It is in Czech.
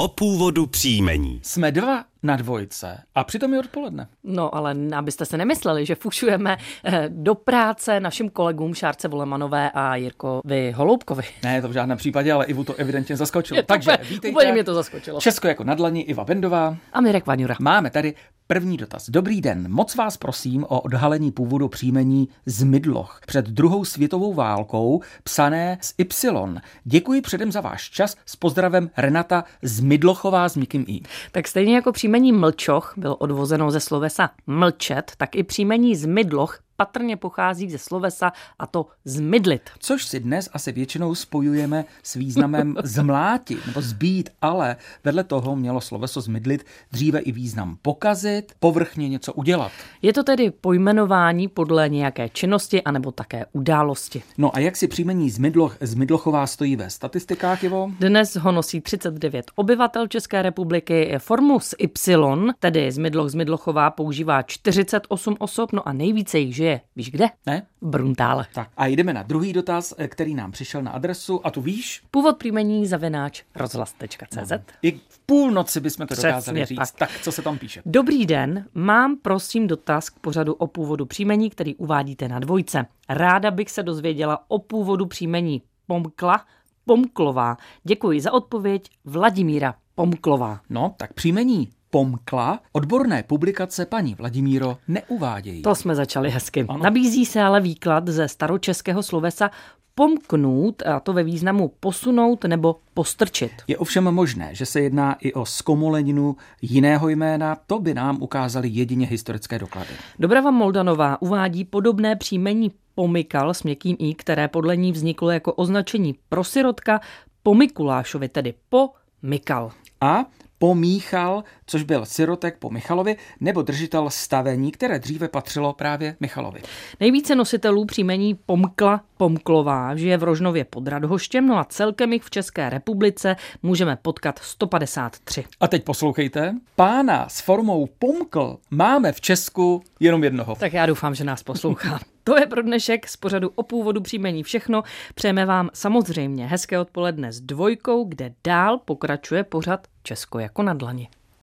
o původu příjmení. Jsme dva na dvojce a přitom je odpoledne. No, ale abyste se nemysleli, že fušujeme eh, do práce našim kolegům Šárce Volemanové a Jirkovi Holoubkovi. Ne, to v žádném případě, ale Ivu to evidentně zaskočilo. Je to No, Takže úplně- vítejte. úplně mě to zaskočilo. Česko jako na dlani, Iva Bendová. A Mirek Vaňura. Máme tady první dotaz. Dobrý den, moc vás prosím o odhalení původu příjmení Zmidloch před druhou světovou válkou, psané s Y. Děkuji předem za váš čas s pozdravem Renata Zmidlochová s Mikim I. Tak stejně jako příjmení mlčoch bylo odvozeno ze slovesa mlčet, tak i příjmení zmydloch patrně pochází ze slovesa a to zmydlit. Což si dnes asi většinou spojujeme s významem zmlátit nebo zbít, ale vedle toho mělo sloveso zmidlit dříve i význam pokazit, povrchně něco udělat. Je to tedy pojmenování podle nějaké činnosti anebo také události. No a jak si příjmení Zmidloch, Zmidlochová stojí ve statistikách, Ivo? Dnes ho nosí 39 obyvatel České republiky. Formu z Y, tedy Zmidloch Zmidlochová, používá 48 osob, no a nejvíce jich žije. Víš kde? Ne? V Bruntále. Tak a jdeme na druhý dotaz, eh, který nám přišel na adresu a tu víš? Původ příjmení zavináč rozhlas.cz I v půlnoci bychom to Přesně dokázali říct. tak. Tak. co se tam píše? Dobrý den, mám prosím dotaz k pořadu o původu příjmení, který uvádíte na dvojce. Ráda bych se dozvěděla o původu příjmení Pomkla, Pomklová. Děkuji za odpověď Vladimíra Pomklová. No, tak příjmení Pomkla odborné publikace paní Vladimíro neuvádějí. To jsme začali hezky. Ano. Ano. Nabízí se ale výklad ze staročeského slovesa pomknout, a to ve významu posunout nebo postrčit. Je ovšem možné, že se jedná i o skomoleninu jiného jména, to by nám ukázaly jedině historické doklady. Dobrava Moldanová uvádí podobné příjmení pomykal s měkkým i, které podle ní vzniklo jako označení pro sirotka po Mikulášovi, tedy po Mikal. A pomíchal, což byl sirotek po Michalovi, nebo držitel stavení, které dříve patřilo právě Michalovi. Nejvíce nositelů příjmení Pomkla Pomklová žije v Rožnově pod Radhoštěm, no a celkem jich v České republice můžeme potkat 153. A teď poslouchejte. Pána s formou pomkl máme v Česku jenom jednoho. Tak já doufám, že nás poslouchá. To je pro dnešek z pořadu o původu příjmení všechno. Přejeme vám samozřejmě hezké odpoledne s dvojkou, kde dál pokračuje pořad Česko jako na dlani.